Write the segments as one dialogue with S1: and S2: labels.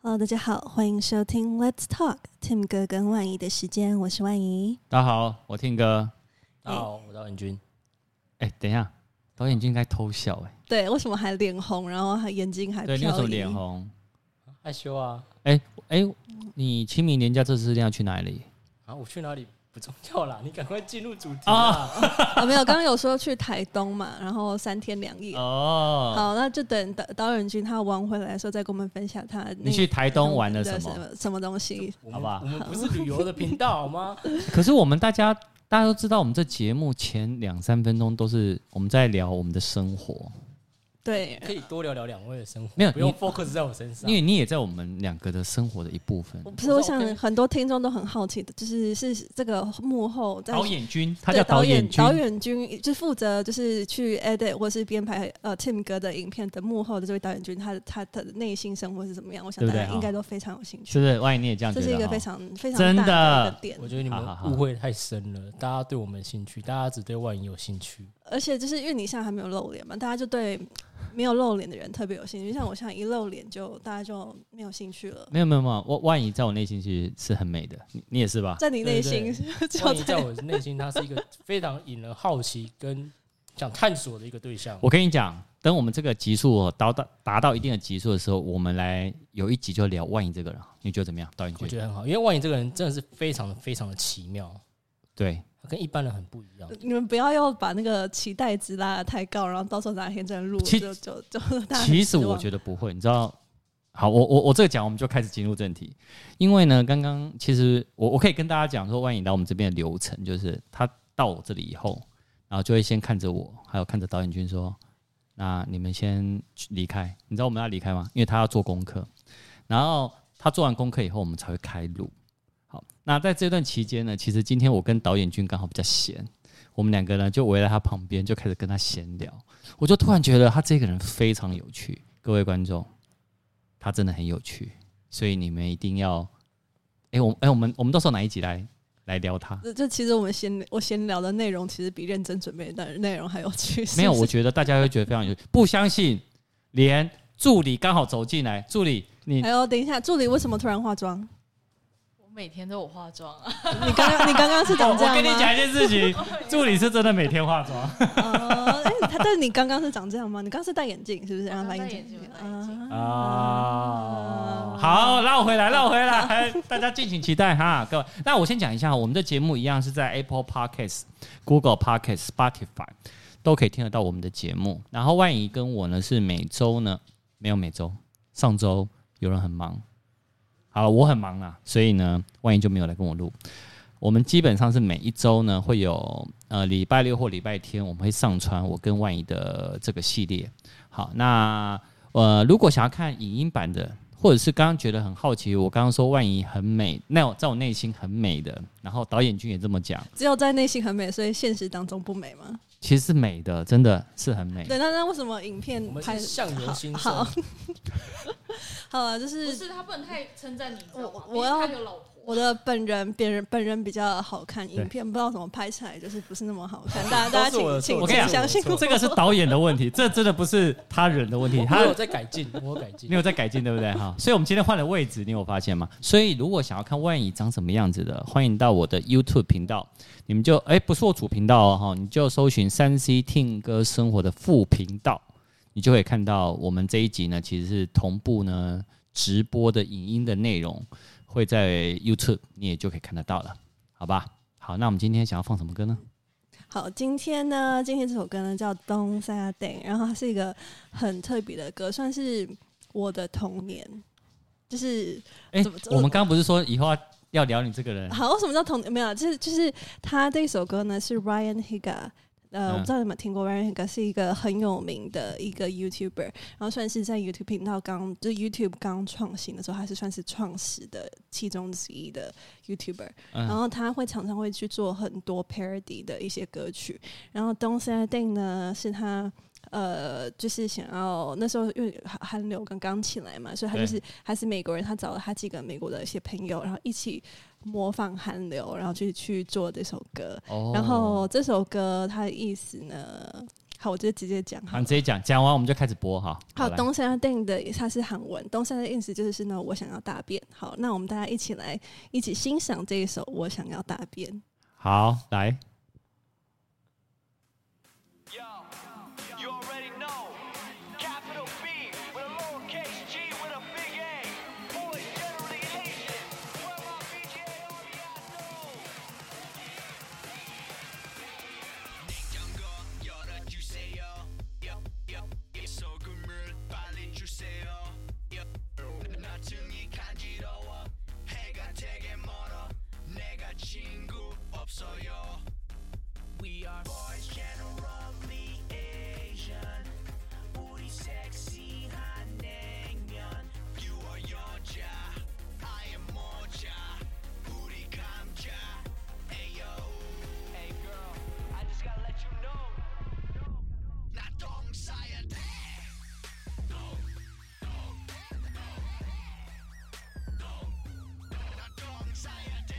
S1: Hello，大家好，欢迎收听 Let's Talk Tim 哥跟万怡的时间，我是万怡。
S2: 大家好，我听歌。
S1: 哎
S3: 大家好，我叫文君。
S2: 哎、等一下，导演就应该偷笑哎、
S1: 对，为什么还脸红，然后还眼睛还
S2: 对，你
S1: 飘
S2: 为
S1: 移？
S2: 什么脸红？
S3: 害羞啊
S2: 哎、你清明年假这次一定要去哪里？
S3: 啊！我去哪里不重要啦， 你赶快进入主题啊！
S1: 哦？没有，刚刚有说去台东嘛，然后三天两夜。
S2: 哦，
S1: 好，那就等导导演君他玩回来的时候，再跟我们分享他那
S2: 你去台东玩了
S1: 的
S2: 什
S1: 什
S2: 么？
S1: 什么东西？
S3: 我
S2: 好
S3: 们
S2: 吧
S3: 我们不是旅游的频道 好吗？
S2: 可是我们大家大家都知道，我们这节目前两三分钟都是我们在聊我们的生活，
S1: 对，
S3: 可以多聊聊两位的生活，
S2: 没有
S3: 不用
S2: 你
S3: focus 在我身上
S2: 因。为你也在我们两个的生活的一部分。
S1: 不是，啊我想
S3: 我知道
S1: 很多听众都很好奇的，就是是这个幕后在
S2: 导演君，他
S1: 对
S2: 叫
S1: 导
S2: 演君
S1: 导。演君就负责就是去 edit 或是编排呃 Tim 哥的影片的幕后的这位导演君，他的他的内心生活是怎么样？我想
S2: 对
S1: 大
S2: 不对
S1: 家应该都非常有兴趣。
S2: 是不是？万一你也这样觉
S1: 这
S2: 得
S1: 是一个
S2: 哈
S1: 非常非常
S2: 真的
S1: 大的一个点
S3: 我，觉得你
S2: 好好
S3: 们
S2: 好
S3: 误会太深了，大家对我们兴趣，大家只对万影有 兴趣。
S1: 而且就是因为你现在还没有露脸嘛，大家就对没有露脸的人特别有兴趣。像我现在一露脸就，大家就没有兴趣了。
S2: 没有没有没有，万万一在我内心其实是很美的，你你也是吧？
S1: 在你内心
S3: 对
S1: 就
S3: 万影在
S1: 在
S3: 我内心，他是一个非常引人好奇跟想探索的一个对象。
S2: 我跟你讲，等我们这个集数哦达到达到一定的集数的时候，我们来有一集就聊万一这个人，你觉得怎么样？导演
S3: 我
S2: 觉
S3: 觉
S2: 得
S3: 得很好，因为万影这个人真的是非常非常的奇妙，
S2: 对，
S3: 他跟一般人很不一样。
S1: 你们不要要把那个期待值拉得太高，然后到时候哪一天真的录了
S2: 其
S1: 就就就大家很
S2: 其实
S1: 失望
S2: 我觉得不会，你知道。好，我我我这个讲，我们就开始进入正题。因为呢，刚刚其实我我可以跟大家讲说，万影来我们这边的流程就是，他到我这里以后，然后就会先看着我，还有看着导演君说：“那你们先去离开。”你知道我们要离开吗？因为他要做功课。然后他做完功课以后，我们才会开录。好，那在这段期间呢，其实今天我跟导演君刚好比较闲，我们两个呢就围在他旁边，就开始跟他闲聊。我就突然觉得他这个人非常有趣，各位观众，他真的很有趣，所以你们一定要，哎、我哎、我们我们到时候哪一集来来聊他？
S1: 这这其实我们闲我闲聊的内容，其实比认真准备的内容还有趣。是不是
S2: 没有，我觉得大家会觉得非常有趣，不相信，连助理刚好走进来，助理你
S1: 还有哎等一下，助理为什么突然化妆？
S4: 我每天都有化妆啊，
S1: 你刚刚你刚刚是长这样
S2: 我
S1: 吗？
S2: 跟你讲一件事情，助理是真的每天化妆。
S1: 哦，哎、他但你刚刚是长这样吗？你刚刚是戴眼镜是不是？然后
S4: 我
S1: 戴
S4: 刚戴
S1: 眼
S4: 眼
S1: 镜
S4: 镜我戴眼
S1: 啊
S4: 镜
S3: 啊
S2: 啊，好，绕回来，绕回来，大家敬请期待哈，各位。那我先讲一下，我们的节目一样是在 Apple Podcast、Google Podcast、Spotify 都可以听得到我们的节目。然后万怡跟我呢是每周呢没有每周，上周有人很忙，好，我很忙啊，所以呢万怡就没有来跟我录。我们基本上是每一周呢会有呃礼拜六或礼拜天，我们会上传我跟万怡的这个系列。好，那呃，如果想要看影音版的，或者是刚刚觉得很好奇，我刚刚说万怡很美，那我在我内心很美的，然后导演君也这么讲，
S1: 只有在内心很美，所以现实当中不美吗？
S2: 其实是美的，真的是很美。
S1: 对，那那为什么影片
S3: 我们
S1: 拍
S3: 是相由心生
S1: 好，好好啊，就
S4: 不
S1: 是
S4: 是他不能太称赞你，
S1: 我
S4: 我
S1: 我要
S4: 他有老婆，
S1: 我的本人，别人本人比较好看，
S2: 对
S1: 影片不知道怎么拍起来，就是不是那么好看。大家大家
S3: 都是我
S1: 请
S3: 的错
S1: 请
S2: 我跟你
S1: 请相
S2: 讲
S1: 信
S3: 都是我的
S2: 这个是导演的问题，这真的不是他人的问题，
S3: 我
S2: 他
S3: 我有在改进，我有改进
S2: 你。有在改进，对不对？哈，所以我们今天换了位置，你有发现吗？所以如果想要看万怡长什么样子的，欢迎到我的 YouTube 频道，你们就哎不是我主频道哦，哈，你就搜寻三 C 听歌生活的副频道，你就可以看到我们这一集呢，其实是同步呢直播的影音的内容，会在 YouTube 你也就可以看得到了，好吧？好，那我们今天想要放什么歌呢？
S1: 好，今天呢，今天这首歌呢叫《Don't Say a Thing》，然后它是一个很特别的歌，算是我的童年。就是
S2: 哎
S1: 怎么，
S2: 我们刚刚不是说以后要要聊你这个人？
S1: 好，为什么叫童年？没有，啊就是就是他这首歌呢是 Ryan Higa。呃，
S2: 嗯
S1: 我不知道你们有没有听过 Ryan Higa 是一个很有名的一个 YouTuber，然后算是在 YouTube 频道刚就 YouTube 刚创新的时候，他是算是创始的其中之一的 YouTuber。然
S2: 嗯，
S1: 后他会常常会去做很多 parody 的一些歌曲，然后 Don't Say a Thing 呢是他呃，就是想要那时候因为韩韩流刚刚起来嘛，所以他
S2: 对
S1: 就是他是美国人，他找了他几个美国的一些朋友，然后一起模仿韩流，然后去去做这首歌。
S2: 哦
S1: 然后这首歌它的意思呢，好，好，我就直接讲
S2: 好，
S1: 好
S2: 你
S1: 了。
S2: 直接讲，讲完我们就开始播哈。
S1: 好，
S2: 来
S1: 东山要定的它是韩文，东山的意思就是呢，我想要大便。好，那我们大家一起来一起欣赏这一首《我想要大便》。
S2: 好来，
S5: Yo, you already know. Capital B with a lowercase g with a big A. Boys generally Asian. Where my BGA army I know. 냉장고 열어주세요. Yo, yo, 이 소금을 빨리 주세요. Yo, 나중이 간지러워. 해가 되게 멀어. 내가 친구 없어요. We are boys generally Asian. 우리 섹시한 냉면. You are 여자, I am 모자. 우리 감자. Ayo. Hey girl, I just gotta let you know. 나 동사야 돼. 나 동사야 돼.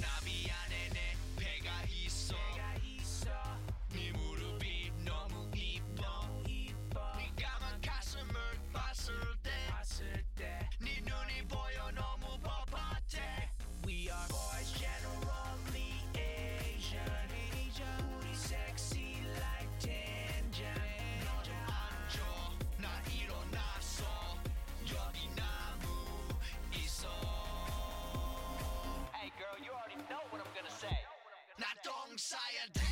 S5: 나 미안해 내 배가 있어 네 무릎이 너무 이뻐 네 까만 가슴을 봤을 때네 눈이 보여 너무 뻣뻣해 We are boys generally Asian 우리 sexy like danger 너도 앉아 나 일어났어 여기 나무 있어 Hey girl, you already know what I'm gonna say. Not dong saya day.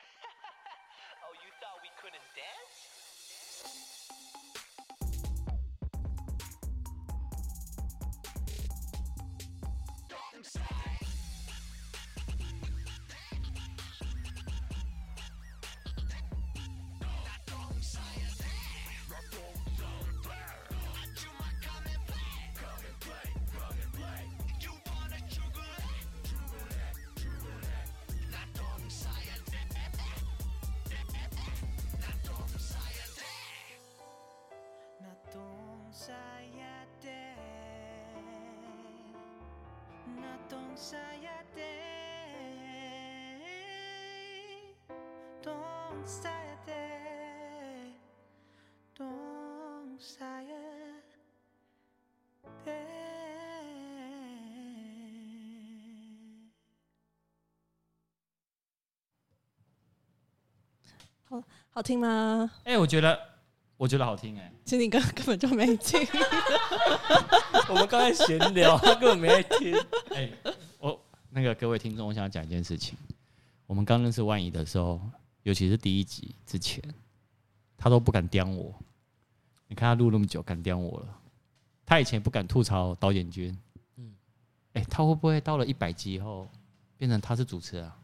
S5: Oh, you thought we couldn't dance? などんさやでなどんさやでどんさやでどんさやで
S1: 好好听吗？
S2: 哎、我觉得我觉得好听哎、
S1: 其实你刚刚根本 就没听。
S3: 我们刚才闲聊，他根本没在 听。
S2: 哎、我那个各位听众，我想讲一件事情。我们刚认识万怡的时候，尤其是第一集之前，他都不敢刁我。你看他录那么久，敢刁我了。他以前不敢吐槽导演君，嗯
S3: 嗯，
S2: 哎、他会不会到了一百集以后，变成他是主持人、啊？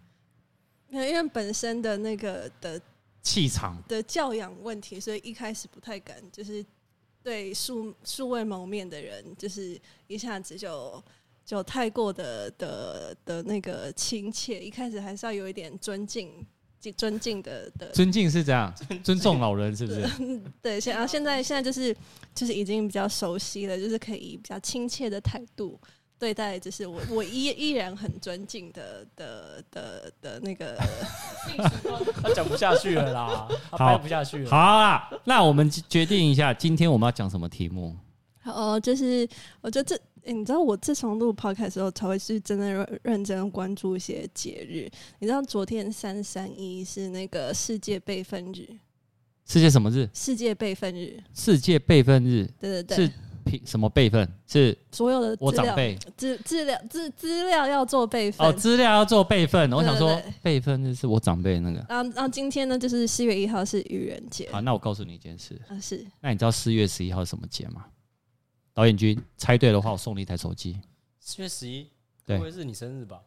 S1: 没有因为本身的那个的
S2: 气场
S1: 的教养问题，所以一开始不太敢，就是对素素未谋面的人，就是一下子就就太过的的的那个亲切，一开始还是要有一点尊敬。尊敬的的
S2: 尊敬是这样，尊重老人是不是？
S1: 对，现然啊后现在现在就是就是已经比较熟悉了，就是可以以比较亲切的态度对待，就是我我依依然很尊敬的的的的那个
S3: 他讲不下去了啦，他
S2: 好
S3: 掰不下去了。
S2: 好啦，那我们决定一下，今天我们要讲什么题目？
S1: 哦，就是我觉得这、诶你知道，我自从录 podcast 之后，才会去真的认认真关注一些节日。你知道，昨天三三一是那个世界备份日，
S2: 世界什么日？
S1: 世界备份日，
S2: 世界备份日
S1: 对对对
S2: 是，平什么辈分？是
S1: 所有的
S2: 我
S1: 资
S2: 长
S1: 料
S2: 辈
S1: 资资料资资料要做备份
S2: 哦，。资料要做辈分。我想说
S1: 对对对
S2: 辈分就是我长辈那个。
S1: 然后，然后今天呢，就是四月一号是愚人节，
S2: 好，那我告诉你一件事，
S1: 啊是
S2: 那你知道四月十一号是什么节吗？导演君猜对的话，我送你一台手机。
S3: 四月十一，
S2: 对
S3: 不会是你生日吧？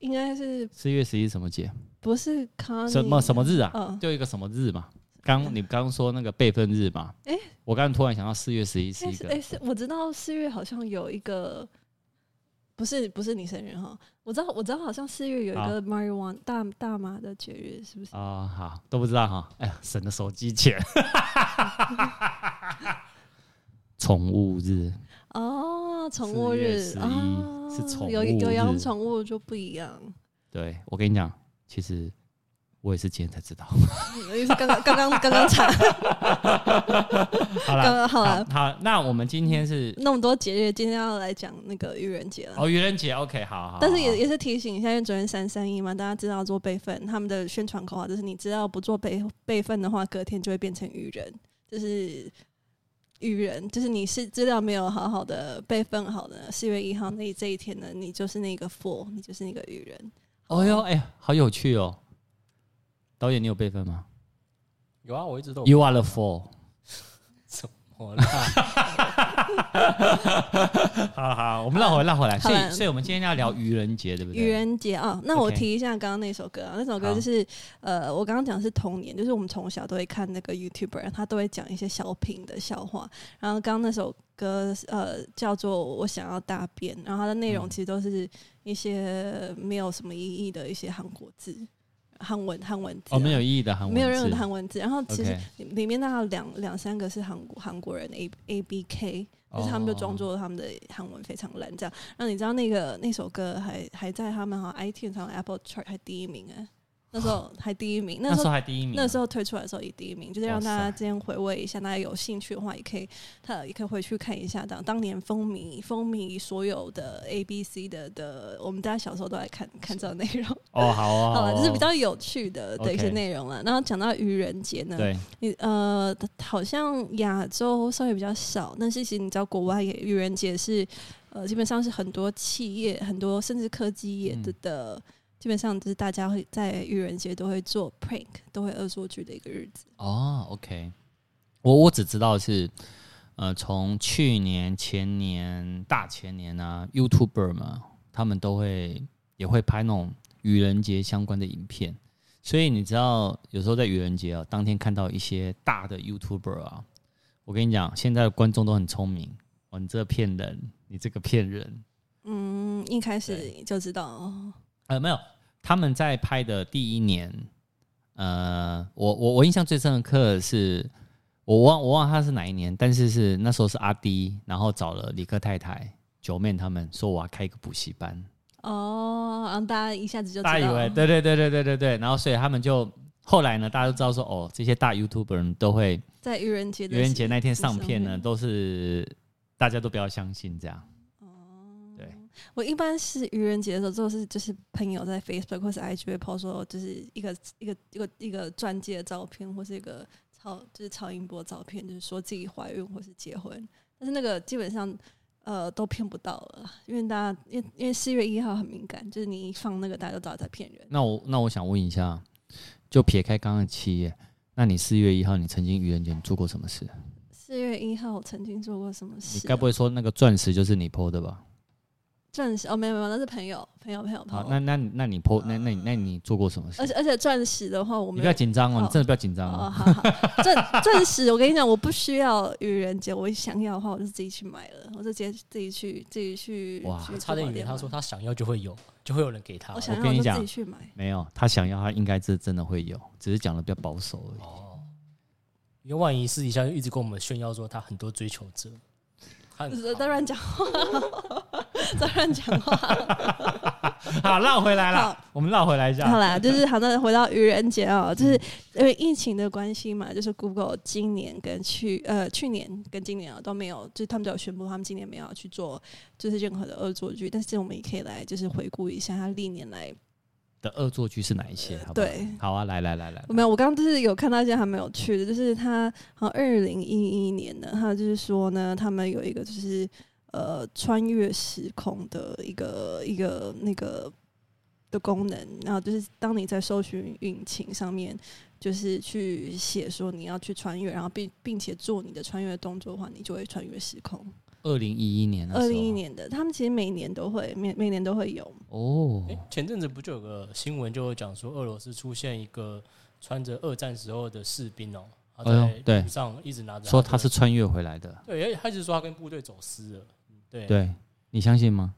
S1: 应该是
S2: 四月十一是什么节？
S1: 不是康
S2: 什么什么？日啊？
S1: 嗯
S2: 就一个什么日嘛。刚你刚刚说那个备份日嘛，
S1: 诶
S2: 我刚刚突然想到四月十一是
S1: 哎
S2: 一
S1: 是
S2: 个
S1: 哎是，我知道四月好像有一个，不是不是你生日哈，我知道我知道好像四月有一个 marijuana 大大麻的节日，是不是？
S2: 啊、好都不知道哈。哎呀，省了手机钱。 宠物日，
S1: 哦，宠物
S2: 4月
S1: 日
S2: 11
S1: 啊，
S2: 是宠
S1: 有
S2: 物
S1: 有养
S2: 日
S1: 宠物就不一样。
S2: 对我跟你讲，其实我也是今天才知道。
S1: 因为是刚刚刚刚刚刚查
S2: 好
S1: 刚刚
S2: 了，
S1: 好嗯了，
S2: 好，那我们今天是
S1: 那么多节日，今天要来讲那个愚人节了。
S2: 哦愚人节，OK，好好好。
S1: 但是也
S2: 好
S1: 也是提醒一下，因为昨天三三一嘛，大家知道做备份，他们的宣传口号就是：你知道不做备备份的话，隔天就会变成愚人，就是愚人，就是你是资料没有好好的备份好的，四月一号那这一天呢，你就是那个 fool，你就是那个愚人。
S2: 哦哟，哎、呀，好有趣哦。导演，你有备份吗
S3: 有啊，我一直 都有。哦
S2: ？You are the four。
S3: 什么 啦？
S2: 好好，我们绕回来，绕回来。所
S1: 好
S2: 以，
S1: 了
S2: 所以我们今天要聊愚人节，对不对？
S1: 愚人节啊，那我
S2: OK
S1: 提一下刚刚那首歌啊，那首歌
S2: 好
S1: 就是呃，我刚刚讲的是童年，就是我们从小都会看那
S2: 嗯
S1: 个 YouTuber，他都会讲一些小品的笑话。然后刚刚那首歌呃叫做《我想要大便》，然后它的内容
S2: 嗯
S1: 其实都是一些没有什么意义的一些韩国字、韩文、韩文字、啊
S2: 哦，没有。意义的韩文字，
S1: 没有任何的韩文字，然后其实
S2: OK
S1: 里里面大概有两两三个是韩国韩国人的 A A B K，
S2: 哦，
S1: 就是他们就装作他们的韩文非常烂，这样。那你知道那个那首歌还还在他们好像 iTunes 上 Apple Chart 还第一名哎、那时候还第一名，那
S2: 哦那
S1: 时
S2: 时候
S1: 候。
S2: 还第一名啊，
S1: 那时候推出来的时候也第一名，就是让大
S2: 哇
S1: 家
S2: 塞
S1: 今天回味一下。大家有兴趣的话，也可以，他也可以回去看一下。当当年风靡风靡所有的 A B C 的的，我们大家小时候都爱看看这种内容。
S2: 哦，好啊，
S1: 好了，
S2: 啊
S1: 就是比较有趣的的一些
S2: OK
S1: 内容了。然后讲到愚人节呢，
S2: 对，
S1: 你呃，好像亚洲稍微比较少，但是其实你知道，国外也愚人节是呃，基本上是很多企业、很多甚至科技业的
S2: 嗯
S1: 的，基本上就是大家会在愚人节都会做 prank，都会恶作剧的一个日子。
S2: 哦，OK，我我只知道是，呃，从去年、前年、大前年啊，YouTuber 嘛，他们都会也会拍那种愚人节相关的影片，所以你知道，有时候在愚人节啊，当天看到一些大的 YouTuber 啊，我跟你讲，现在的观众都很聪明，哦，你这个骗人，你这个骗人，
S1: 嗯，一开始就知道哦
S2: 呃，没有，他们在拍的第一年，呃，我我我印象最深的刻是，我忘我忘了他是哪一年，但是是那时候是阿迪，然后找了李克太太、九妹他们说我要开一个补习班，
S1: 哦，然后大家一下子就知道，嗯
S2: 大家以为对对对对对对对，然后所以他们就后来呢，大家都知道说哦，这些大 YouTuber 人都会
S1: 在愚人节的
S2: 愚人节那天
S1: 时候
S2: 上片呢，
S1: 会
S2: 都是大家都不要相信这样。对
S1: 哦我一般是愚人节的时候，就是就是朋友在 Facebook 或是 IG 会 po 说，就是一个一个一个一个钻戒的照片，或是一个超就是超音波的照片，就是说自己怀孕或是结婚，但是那个基本上呃都骗不到了，因为大家因为因为四月一号很敏感，就是你一放那个大家都知道在骗人。
S2: 那我那我想问一下，就撇开刚刚的企业，那你四月一号你曾经愚人节你做过什么事？
S1: 四月一号我曾经做过什么
S2: 你
S1: 事
S2: 该
S1: 啊？
S2: 不会说那个钻石就是你剖的吧？
S1: 钻石哦，没有没有，那是朋友朋友朋友朋
S2: 好，
S1: 友。
S2: 那那你那你剖那那你那你做过什么
S1: 哦
S2: 事
S1: 呃而？且而且钻石的话，我
S2: 你
S1: 们
S2: 不要紧张哦，
S1: 哦
S2: 你真的不要紧张
S1: 哦，
S3: 啊
S2: 哦。
S1: 好好， 钻钻石，我跟你讲，我不需要愚人节，我想要的话，我就自己去买了，我就直接自己去自己去。
S2: 哇
S1: 去
S3: 我差点以为他说，他想要就会有，就会有人给他
S1: 我。想
S2: 我
S1: 要
S2: 跟你
S1: 就
S2: 讲
S1: 自己去买。
S2: 没有，他想要他应该是真的会有，只是讲的比较保守而已。
S3: 哦，因为万一私底下就一直跟我们炫耀说他很多追求者，他很
S1: 在乱讲话，在乱讲 话。
S2: 好，绕回来了
S1: 好，
S2: 我们绕回来一
S1: 好
S2: 下。
S1: 啦，就是好，那回到愚人节哦，就是因为疫情的关系嘛，就是 Google 今年跟去呃去年跟今年啊都没有，就是他们都有宣布他们今年没有要去做就是任何的恶作剧，但是我们也可以来就是回顾一下它历年来
S2: 的恶作剧是哪一些？好不好
S1: 呃对，
S2: 好啊，来来来来，
S1: 没有，我刚刚就是有看到一件还蛮有趣的，就是他好像二零一一年呢，他就是说呢，他们有一个就是呃穿越时空的一个一个那个的功能，然后就是当你在搜寻引擎上面，就是去写说你要去穿越，然后并并且做你的穿越动作的话，你就会穿越时空。
S2: 二零一一年的时候，啊
S1: 二零一年的，他们其实每年都会每每年都会有，
S2: 哦，
S3: 诶前阵子不就有个新闻，就有讲说俄罗斯出现一个穿着二战时候的士兵哦、他
S2: 哎呦
S3: 在
S2: 对
S3: 路上一直拿着，
S2: 说他是穿越回来的，
S3: 对，而且他一直说他跟部队走私了，嗯对
S2: 对你相信吗？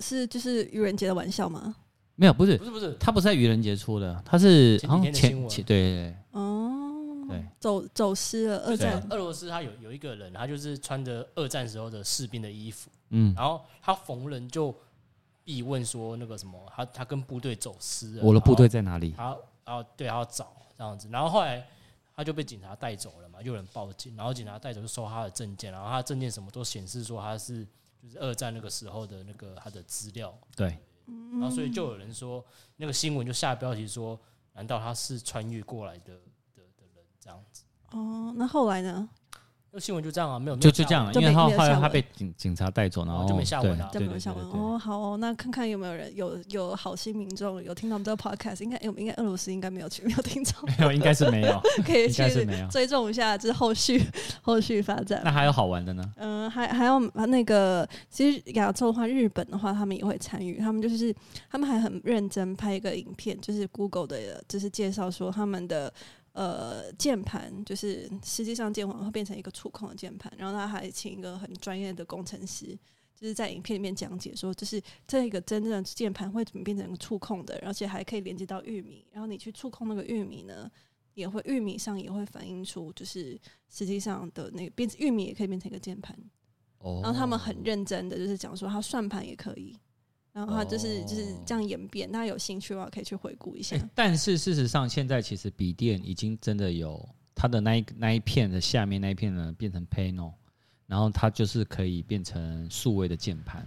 S1: 是就是愚人节的玩笑吗？
S2: 没有，不是
S3: 不，是不是，
S2: 他不是在愚人节出的，他是
S3: 前几
S2: 好像
S3: 天的新
S2: 前
S3: 闻
S2: 前对
S1: 哦
S2: 对，对
S1: 走走失了二
S3: 就是
S1: 战。
S3: 啊俄罗斯他有有一个人，他就是穿着二战时候的士兵的衣服，
S2: 嗯，
S3: 然后他逢人就必问说那个什么，他他跟部队走私了，
S2: 我的部队
S3: 然后
S2: 在哪里？
S3: 他然后对，他要找这样子，然后后来他就被警察带走了嘛，就有人报警，然后警察带走就搜他的证件，然后他的证件什么都显示说他是就是二战那个时候的那个他的资料，
S2: 对，
S3: 然后所以就有人说那个新闻就下标题说，难道他是穿越过来的的的人这样子？
S1: 哦，那后来呢？
S3: 那新闻就这样啊，没有
S2: 就就这样了，
S1: 就
S2: 因
S1: 没
S2: 为他
S1: 没有
S2: 后来
S1: 下文哦
S2: 他被警警察带走，然后
S3: 就没下文
S2: 对
S3: 了
S1: 就
S2: 啊对
S1: 没有
S2: 对
S1: 想完
S2: 对对
S1: 哦，好哦，那看看有没有人有有好心民众有听到我们这个 podcast，应该哎我们应该俄罗斯应该没有去没有听众，
S2: 没有，应该是没 有，
S1: 可以
S2: 应该是
S1: 去
S2: 没有。
S1: 追踪一下，就是后续后续发展
S2: 那。还有好玩的呢？
S1: 嗯，还还有那个，其实亚洲的话，日本的话，他们也会参与。他们就是他们还很认真拍一个影片，就是 Google 的，就是介绍说他们的呃键盘，就是实际上键盘会变成一个触控的键盘，然后他还请一个很专业的工程师。就是在影片里面讲解说，就是这个真正的键盘会怎么变成触控的，而且还可以连接到玉米，然后你去触控那个玉米呢，也会玉米上也会反映出就是实际上的那个变玉米也可以变成一个键盘，
S2: 哦，
S1: 然后他们很认真的就是讲说它算盘也可以，然后它就是就是
S2: 哦
S1: 这样演变。大家有兴趣的话可以去回顾一下
S2: 欸。但是事实上，现在其实笔电已经真的有它的那一那一片的下面那一片呢变成 panel，然后它就是可以变成数位的键盘，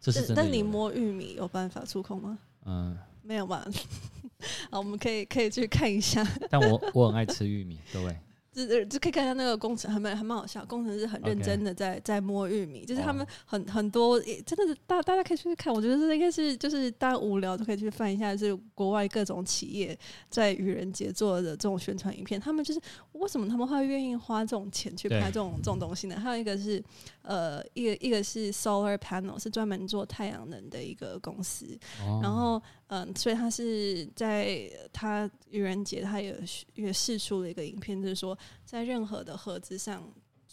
S2: 这是
S1: 但
S2: 真的有的。
S1: 但你摸玉米有办法触控吗？
S2: 嗯，
S1: 没有吧？ 好，我们可以可以去看一下，
S2: 但我 我很爱吃玉米，各位。
S1: 就就就可以看一下那个工程，还蛮还蛮好笑，工程师很认
S2: OK
S1: 真的在在摸玉米，就是他
S2: 哦
S1: 们很很多也真的是大大家可以去看，我觉得这应该是就是大家无聊就可以去翻一下，就是国外各种企业在愚人节做的这种宣传影片，他们就是为什么他们会愿意花这种钱去
S2: 对
S1: 拍这种这种东西呢？还有一个是呃，一个一个是 solar panel 是专门做太阳能的一个公司，
S2: 哦
S1: 然后，嗯，所以他是在呃他愚人节，他也是也试出了一个影片，就是说在任何的盒子上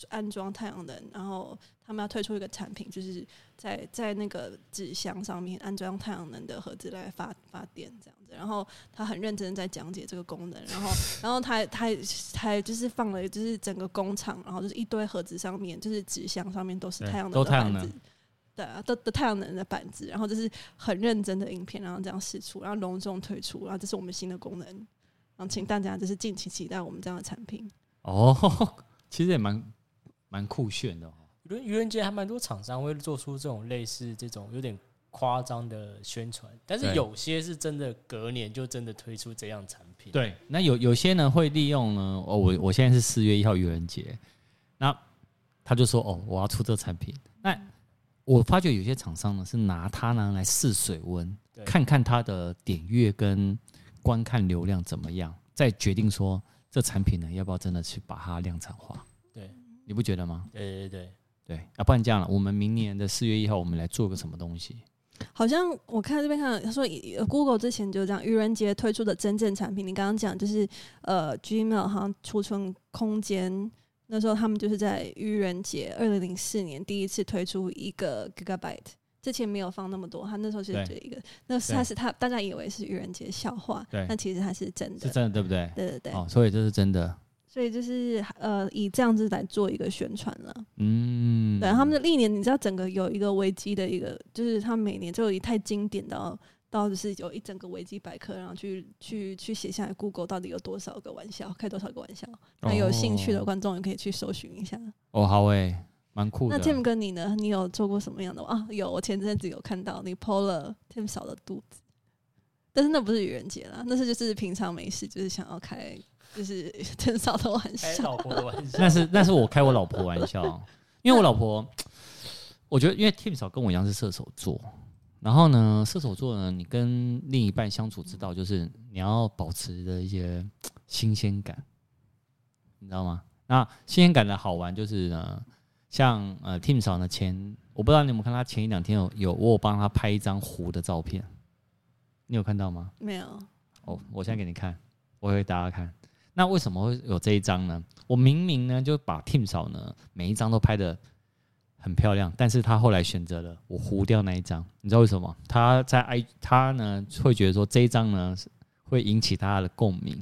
S1: 安装太阳能，然后他们要推出一个产品，就是在在那个纸箱上面安装太阳能的盒子来发发电这样子。然后他很认真地在讲解这个功能，然后然后他他他就是放了就是整个工厂，然后就是一堆盒子上面就是纸箱上面都是
S2: 对
S1: 太阳能
S2: 都
S1: 的
S2: 太
S1: 板
S2: 阳能
S1: 子。对啊，的的太阳能的板子，然后就是很认真的影片，然后这样试出，然后隆重推出，然后这是我们新的功能，然后请大家就是敬请期待我们这样的产品。
S2: 哦， 其实也蛮蛮酷炫的、哦。
S3: 愚人愚人节还蛮多厂商会做出这种类似这种有点夸张的宣传，但是
S2: 对
S3: 有些是真的隔年就真的推出这样产品。，
S2: 对，那有有些呢会利用呢，哦，我我现在是四月一号愚人节，那他就说哦，我要出这产品。那我发觉有些厂商呢是拿它呢来试水温，
S3: 对
S2: 看看它的点阅跟观看流量怎么样，再决定说这产品呢要不要真的去把它量产化。
S3: 对，
S2: 你不觉得吗？
S3: 对对 对，
S2: 对，要、不然这样了，我们明年的四月一号我们来做个什么东西？
S1: 好像我看这边看，他说呃 Google 之前就这样，愚人节推出的真正产品，你刚刚讲就是呃 Gmail 好像储存空间，那时候他们就是在愚人节二零零四年第一次推出一个 Gigabyte。之前没有放那么多，他那时候其实
S2: 对
S1: 就一个，那是
S2: 对
S1: 他是他大家以为是愚人节笑话
S2: 对，
S1: 但其实它是真
S2: 是
S1: 的，
S2: 真的对不对？
S1: 对对对。
S2: 哦，所以这是真的。
S1: 所以就是呃，以这样子来做一个宣传了。
S2: 嗯，
S1: 对，他们的历年，你知道整个有一个危机的一个，就是他们每年就一太经典到到就是有一整个维基百科，然后去去去写下来，Google 到底有多少个玩笑，开多少个玩笑。那有兴趣的
S2: 哦
S1: 观众也可以去搜寻一下。
S2: 哦，好诶、蛮酷
S1: 那
S2: 的。
S1: Tim 跟你呢？你有做过什么样的啊？有，我前阵子有看到你 PO 了 Tim 嫂的肚子，但是那不是愚人节啦，那是就是平常没事，就是想要开就是 Tim 嫂的玩
S3: 开
S1: 笑。
S3: 哎老婆的玩笑，
S2: 那是那是我开我老婆玩笑，因为我老婆，我觉得因为 Tim 嫂跟我一样是射手座，然后呢，射手座呢，你跟另一半相处之道就是你要保持着一些新鲜感，你知道吗？那新鲜感的好玩就是呢，像呃 Tim 嫂呢前，我不知道你有没有看她前一两天有有我有帮她拍一张湖的照片，你有看到吗？
S1: 没有，
S2: 哦，我现在给你看，我会给大家看。那为什么会有这一张呢？我明明呢就把 Tim 嫂呢每一张都拍的很漂亮，但是他后来选择了我糊掉那一张，你知道为什么？他在 I 他呢会觉得说这一张呢是会引起大家的共鸣，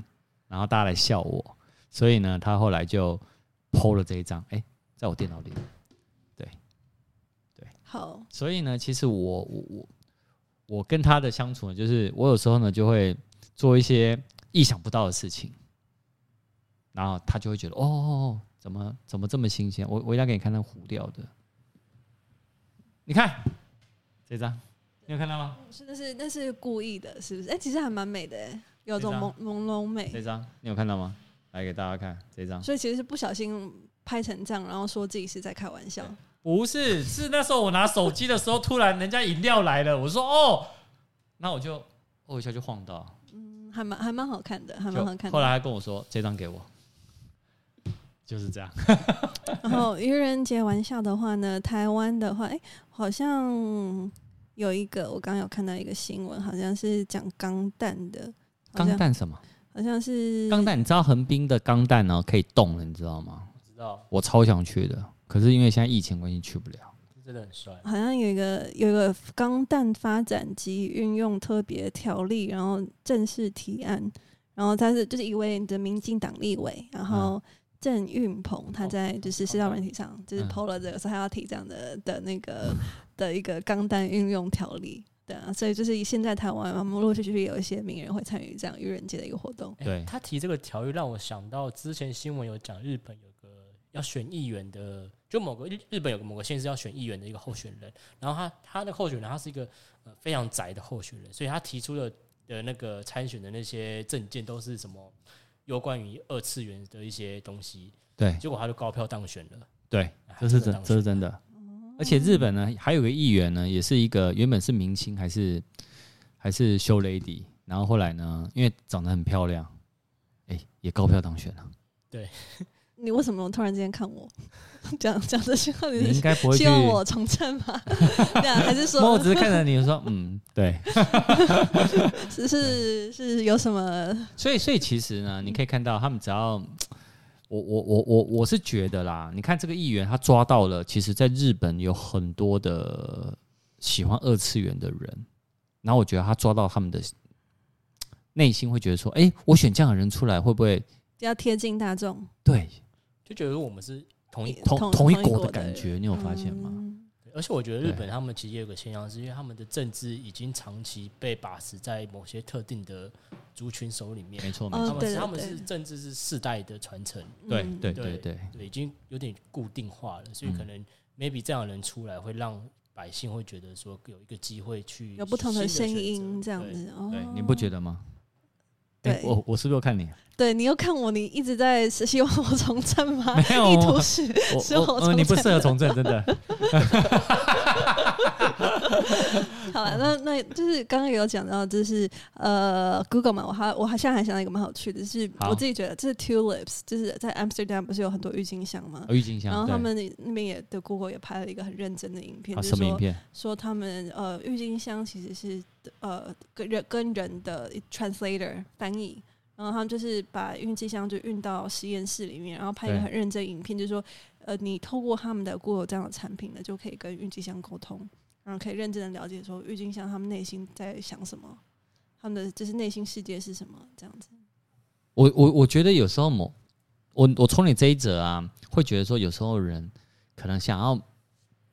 S2: 然后大家来笑我，所以呢他后来就剖了这一张，哎、在我电脑里。
S1: 好，
S2: 所以呢，其实我我我我跟他的相处呢，就是我有时候呢就会做一些意想不到的事情，然后他就会觉得哦哦哦，怎么怎么这么新鲜？我我一定要给你看那糊掉的，你看这张，你有看到吗？
S1: 是那是那是故意的，是不是？哎、其实还蛮美的、哎有种
S2: 非常
S1: 朦朦胧
S2: 这
S1: 美，
S2: 张你有看到吗？来给大家看这张，
S1: 所以其实是不小心拍成这样，然后说自己是在开玩笑。
S2: 不是是那时候我拿手机的时候，突然人家饮料来了，我说哦，那我就哦一下就晃到，
S1: 嗯，还蛮还蛮好看的，还蛮
S2: 就
S1: 嗯好看
S2: 后
S1: 的。
S2: 来他跟我说这张给我，就是这样。
S1: 然后愚人节玩笑的话呢，台湾的话，哎、好像有一个我刚刚有看到一个新闻，好像是讲钢弹的，好
S2: 钢
S1: 像
S2: 弹什么？
S1: 好像是
S2: 钢弹，你知道横滨的钢弹呢可以动了，你知道吗？
S3: 知道，
S2: 我超想去的，可是因为现在疫情关系去不了。
S3: 真的很帅。
S1: 好像有一个有一个钢弹发展及运用特别条例，然后正式提案，然后他是就是一位的民进党立委，然
S2: 嗯
S1: 后郑运鹏他在就是社交媒体上就是
S2: 哦嗯
S1: PO 了这个，说他要提这样的的那个的一个钢弹运用条例。对啊，所以就是现在台湾，我们陆陆续续有一些名人会参与这样愚人节的一个活动。
S3: 哎
S2: 对
S3: 他提这个条约让我想到之前新闻有讲日本有个要选议员的，就某个日日本有个某个县市要选议员的一个候选人，然后他他的候选人他是一个呃非常宅的候选人，所以他提出的的那个参选的那些证件都是什么有关于二次元的一些东西，
S2: 对
S3: 结果他就高票当选了，
S2: 对，
S3: 哎
S2: 这是
S3: 他
S2: 真，
S3: 当
S2: 这
S3: 选
S2: 是真的。而且日本呢，还有个议员呢，也是一个原本是明星，还是还是修 lady，然后后来呢，因为长得很漂亮，哎、也高票当选了。
S1: 你为什么突然之间看我 讲讲这些话？
S2: 你
S1: 你
S2: 应
S1: 是
S2: 该不会去
S1: 希，望我从政吗？ 对啊，还是说
S2: 我只是看着你说，嗯，对。
S1: 是是是有什么？
S2: 所以，所以其实
S1: 嗯
S2: 呢，你可以看到他们只要，我我我我我是觉得啦，你看这个议员他抓到了，其实在日本有很多的喜欢二次元的人，然后我觉得他抓到他们的内心会觉得说，哎、我选这样的人出来会不会
S1: 比较贴近大众，
S2: 对
S3: 就觉得我们是同一国
S2: 同
S1: 同
S2: 同一
S1: 同一
S2: 国
S1: 国
S2: 的
S1: 的
S2: 感
S1: 人
S2: 觉？你有发现吗？
S1: 嗯
S3: 而且我觉得日
S2: 对
S3: 本他们其实也有个现象，是因为他们的政治已经长期被把持在某些特定的族群手里面。
S2: 没错，没
S1: 哦
S3: 他
S2: 错，
S3: 们
S1: 对
S3: 是
S1: 对
S3: 他们
S1: 对
S3: 是政治是世代的传承，
S2: 对
S1: 嗯
S2: 对对
S3: 对
S2: 对，
S3: 对，已经有点固定化了，所以
S2: 嗯
S3: 可能 maybe 这样的人出来会让百姓会觉得说有一个机会去
S1: 有不同的
S3: 新
S1: 声
S3: 选择
S1: 音这样。
S3: 对
S1: 子哦。
S2: 对，你不觉得吗？
S1: 对
S2: 诶我我是不是又看你？
S1: 对你又看我，你一直在是希望我从政吗？
S2: 没有
S1: 意图是是
S2: 我
S1: 我
S2: 我
S1: 从
S2: 嗯你不
S1: 政
S2: 适合从政，真的。
S1: 好了，那那就是刚刚有讲到，就是呃，Google 嘛，我还我还现在还想到一个蛮有趣的，就是
S2: 好
S1: 我自己觉得，就是 tulips，就是在 Amsterdam 不是有很多郁金香吗？
S2: 哦郁金香，
S1: 然后他
S2: 对
S1: 们那边也的 Google 也拍了一个很认真的影片，
S2: 啊
S1: 就是
S2: 什么
S1: 说
S2: 影片？
S1: 说他们呃，郁金香其实是呃跟人跟人的 translator 翻译，然后他们就是把郁金香就运到实验室里面，然后拍一个
S2: 对
S1: 很认真的影片，就是说呃，你透过他们的固有这样的产品呢，就可以跟郁金香沟通，然后可以认真的了解说郁金香他们内心在想什么，他们的就是内心世界是什么这样子。
S2: 我我我觉得有时候某我我从你这一则啊，会觉得说有时候人可能想要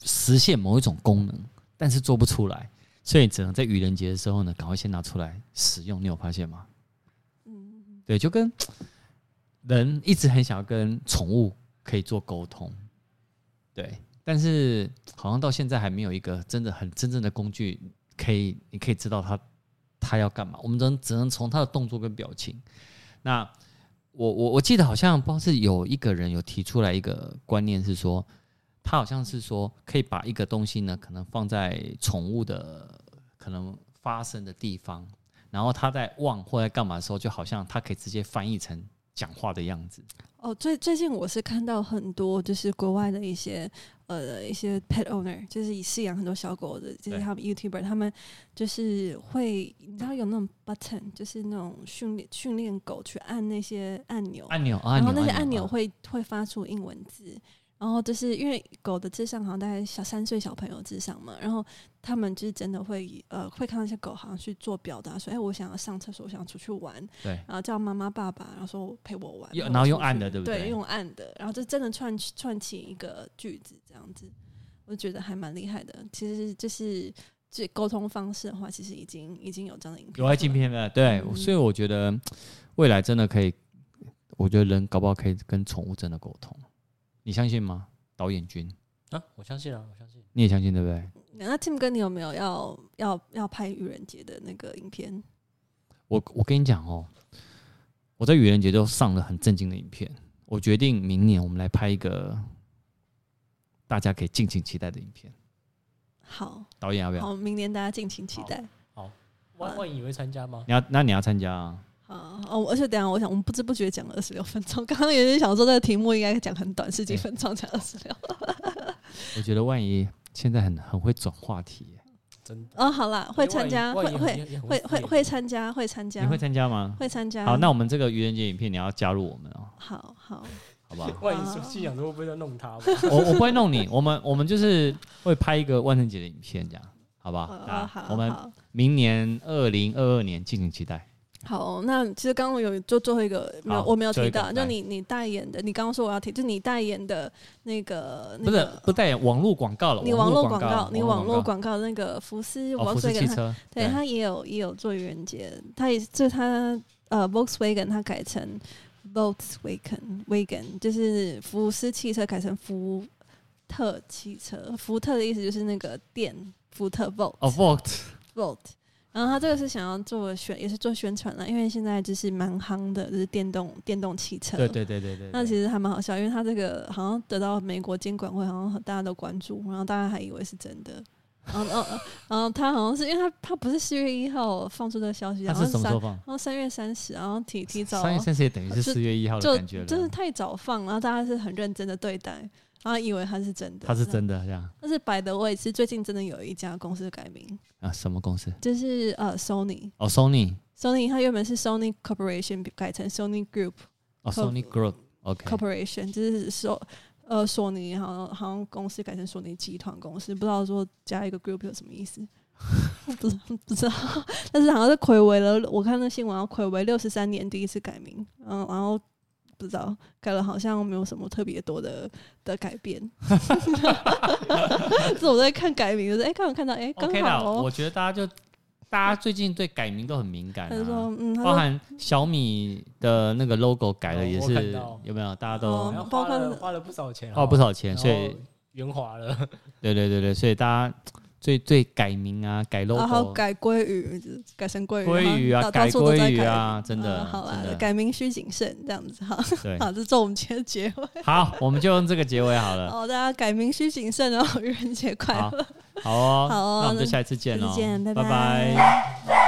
S2: 实现某一种功能，但是做不出来，所以只能在愚人节的时候呢，赶快先拿出来使用。你有发现吗？
S1: 嗯，
S2: 对，就跟人一直很想要跟宠物可以做沟通，对，但是好像到现在还没有一个真的很真正的工具，可以你可以知道他他要干嘛。我们只能只能从他的动作跟表情。那我我我记得好像不知道是有一个人有提出来一个观念是说，他好像是说可以把一个东西呢，可能放在宠物的可能发生的地方，然后他在望或在干嘛的时候，就好像他可以直接翻译成讲话的样子。
S1: 哦，最最近我是看到很多就是国外的一些呃一些 pet owner，就是以饲养很多小狗的这些
S2: 对
S1: 他们 YouTuber，他们就是会你知道有那种 button，就是那种训练训练狗去按那些按钮，
S2: 按钮，按
S1: 哦然
S2: 钮，
S1: 后那些按
S2: 啊
S1: 钮会会发出英文字。然后就是因为狗的智商好像大概小三岁小朋友智商嘛，然后他们就是真的会呃会看到一些狗好像去做表达，说哎我想要上厕所，我想出去玩，
S2: 对
S1: 然后叫妈妈爸爸，然后说陪我玩，
S2: 用
S1: 陪我
S2: 然后
S1: 出
S2: 用
S1: 去
S2: 按的对不
S1: 对？
S2: 对
S1: 用按的，然后就真的串起串起一个句子这样子，我觉得还蛮厉害的。其实就是这沟通方式的话，其实已经已经有这样的影片
S2: 有爱啊镜片的，对，
S1: 嗯
S2: 所以我觉得未来真的可以，我觉得人搞不好可以跟宠物真的沟通，你相信吗？导演君，
S3: 啊，我相信啊，我相信。
S2: 你也相信对不对？
S1: 那 Tim 哥，你有没有要要要拍愚人节的那个影片？
S2: 我我跟你讲哦，我在愚人节都上了很震惊的影片，我决定明年我们来拍一个大家可以敬请期待的影片。
S1: 好，
S2: 导演要不要？
S1: 好，明年大家敬请期待。
S3: 万万你会参加吗？
S2: 你要那你要参加啊？
S1: 好，哦，而且等一下，我想我们不知不觉讲了二十六分钟，刚刚也是想说这个题目应该讲很短，十几
S2: 哎
S1: 分钟讲二十六。
S2: 我觉得万一现在很很会转话题耶，
S3: 真的
S1: 哦，好啦，
S2: 哎
S1: 会参加，会会。会会会参加，会参加，
S2: 你会参加吗？
S1: 啊会啊参加。
S2: 好，那我们这个愚人节影片你要加入我们哦，
S1: 好好
S2: 好不好？
S3: 万一说心想说会不会要弄他吧？
S2: 我我不会弄你，我们我们就是会拍一个万圣节的影片，这样好不好？
S1: 哦
S2: 大
S1: 好
S2: 家，我们
S1: 好
S2: 明年二零二二年敬请期待。
S1: 好。那其实刚刚我有就最后一个没有，
S2: 好
S1: 我没有
S2: 最后
S1: 提
S2: 一个
S1: 到，就
S2: 来
S1: 你你代言的，你刚刚说我要提，就你代言的那个那
S2: 不是
S1: 个
S2: 不带网络广告了，
S1: 你
S2: 网
S1: 络
S2: 广
S1: 告，你
S2: 网
S1: 网
S2: 络
S1: 络广
S2: 广
S1: 告那个福斯
S2: 哦，福斯汽
S1: Volkswagen，
S2: 车，
S1: 对他也有也有做愚人节，他也就他呃 Volkswagen 他改成 Volkswagen Wagon，就是福斯汽车改成福特汽车，福特的意思就是那个电，福特 Volt
S2: 哦 Volt，
S1: Volt。然后他这个是想要做宣，也是做宣传了，因为现在就是蛮夯的，就是电动电动汽车。
S2: 对对对对对。
S1: 那
S2: 对
S1: 其实还蛮好笑，因为他这个好像得到美国监管会，好像大家都关注，然后大家还以为是真的。然后，然后，然后他好像是因为他他不是四月一号放出这个消息，
S2: 它
S1: 然后
S2: 是什么时
S1: 三
S2: 候
S1: 然
S2: 放？
S1: 后三月三十，然后提提早
S2: 三月三十也等于是
S1: 就
S2: 四月一号的
S1: 就
S2: 感觉了，
S1: 真的太早放，然后大家是很认真的对待，然后以为他是真的，嗯
S2: 它是。真的这样
S1: 但是百的位置最近真的有一家公司改名，
S2: 啊？什么公司？
S1: 就是呃 Sony
S2: 哦，Sony，
S1: Sony 它原本是 Sony Corporation 改成 Sony Group
S2: 哦
S1: Co-
S2: ，Sony Group，OK，
S1: Corporation，就是说呃索尼好像好像公司改成索尼集团公司，不知道说加一个 group 有什么意 思，不知不知道，但是好像是暌违了，我看那新闻，暌违六十三年第一次改名，嗯，然后。不知道改了，好像没有什么特别多的的改变。 是我在看改名，就是哎，刚、好看到哎，刚、
S2: OK 啦，
S1: 好、哦。
S2: 我觉得大家就大家最近对改名都很敏感
S1: 他就
S2: 啊
S1: 说，。嗯，他
S2: 包
S1: 说
S2: 含小米的那个 logo 改了，
S3: 哦
S2: 也
S3: 我
S2: 是
S3: 看到
S2: 有没有？大家
S1: 哦
S2: 都
S3: 然后
S1: 包
S3: 花
S1: 括
S3: 了花了哦不少钱，啊
S2: 花不少钱，
S3: 然后
S2: 所以
S3: 圆滑了。
S2: 对对对对，所以大家最最改名啊，改
S1: 然后
S2: logo，
S1: 改鲑鱼，改成鲑鱼，
S2: 鲑鱼啊
S1: 然后到
S2: 改
S1: 到处都在
S2: 鲑鱼
S1: 改
S2: 啊真的
S1: 嗯好啦
S2: 真的，
S1: 改名需谨慎，这样子好，
S2: 对，
S1: 好，这是我们今天的结 尾
S2: 好，我们就用这个结尾好了，
S1: 哦，大家改名需谨慎哦，愚人节快乐，
S2: 好哦，
S1: 好哦
S2: 那我们就
S1: 那
S2: 下一次见
S1: 下
S2: 哦
S1: 次见，拜
S2: 拜
S1: 拜
S2: 拜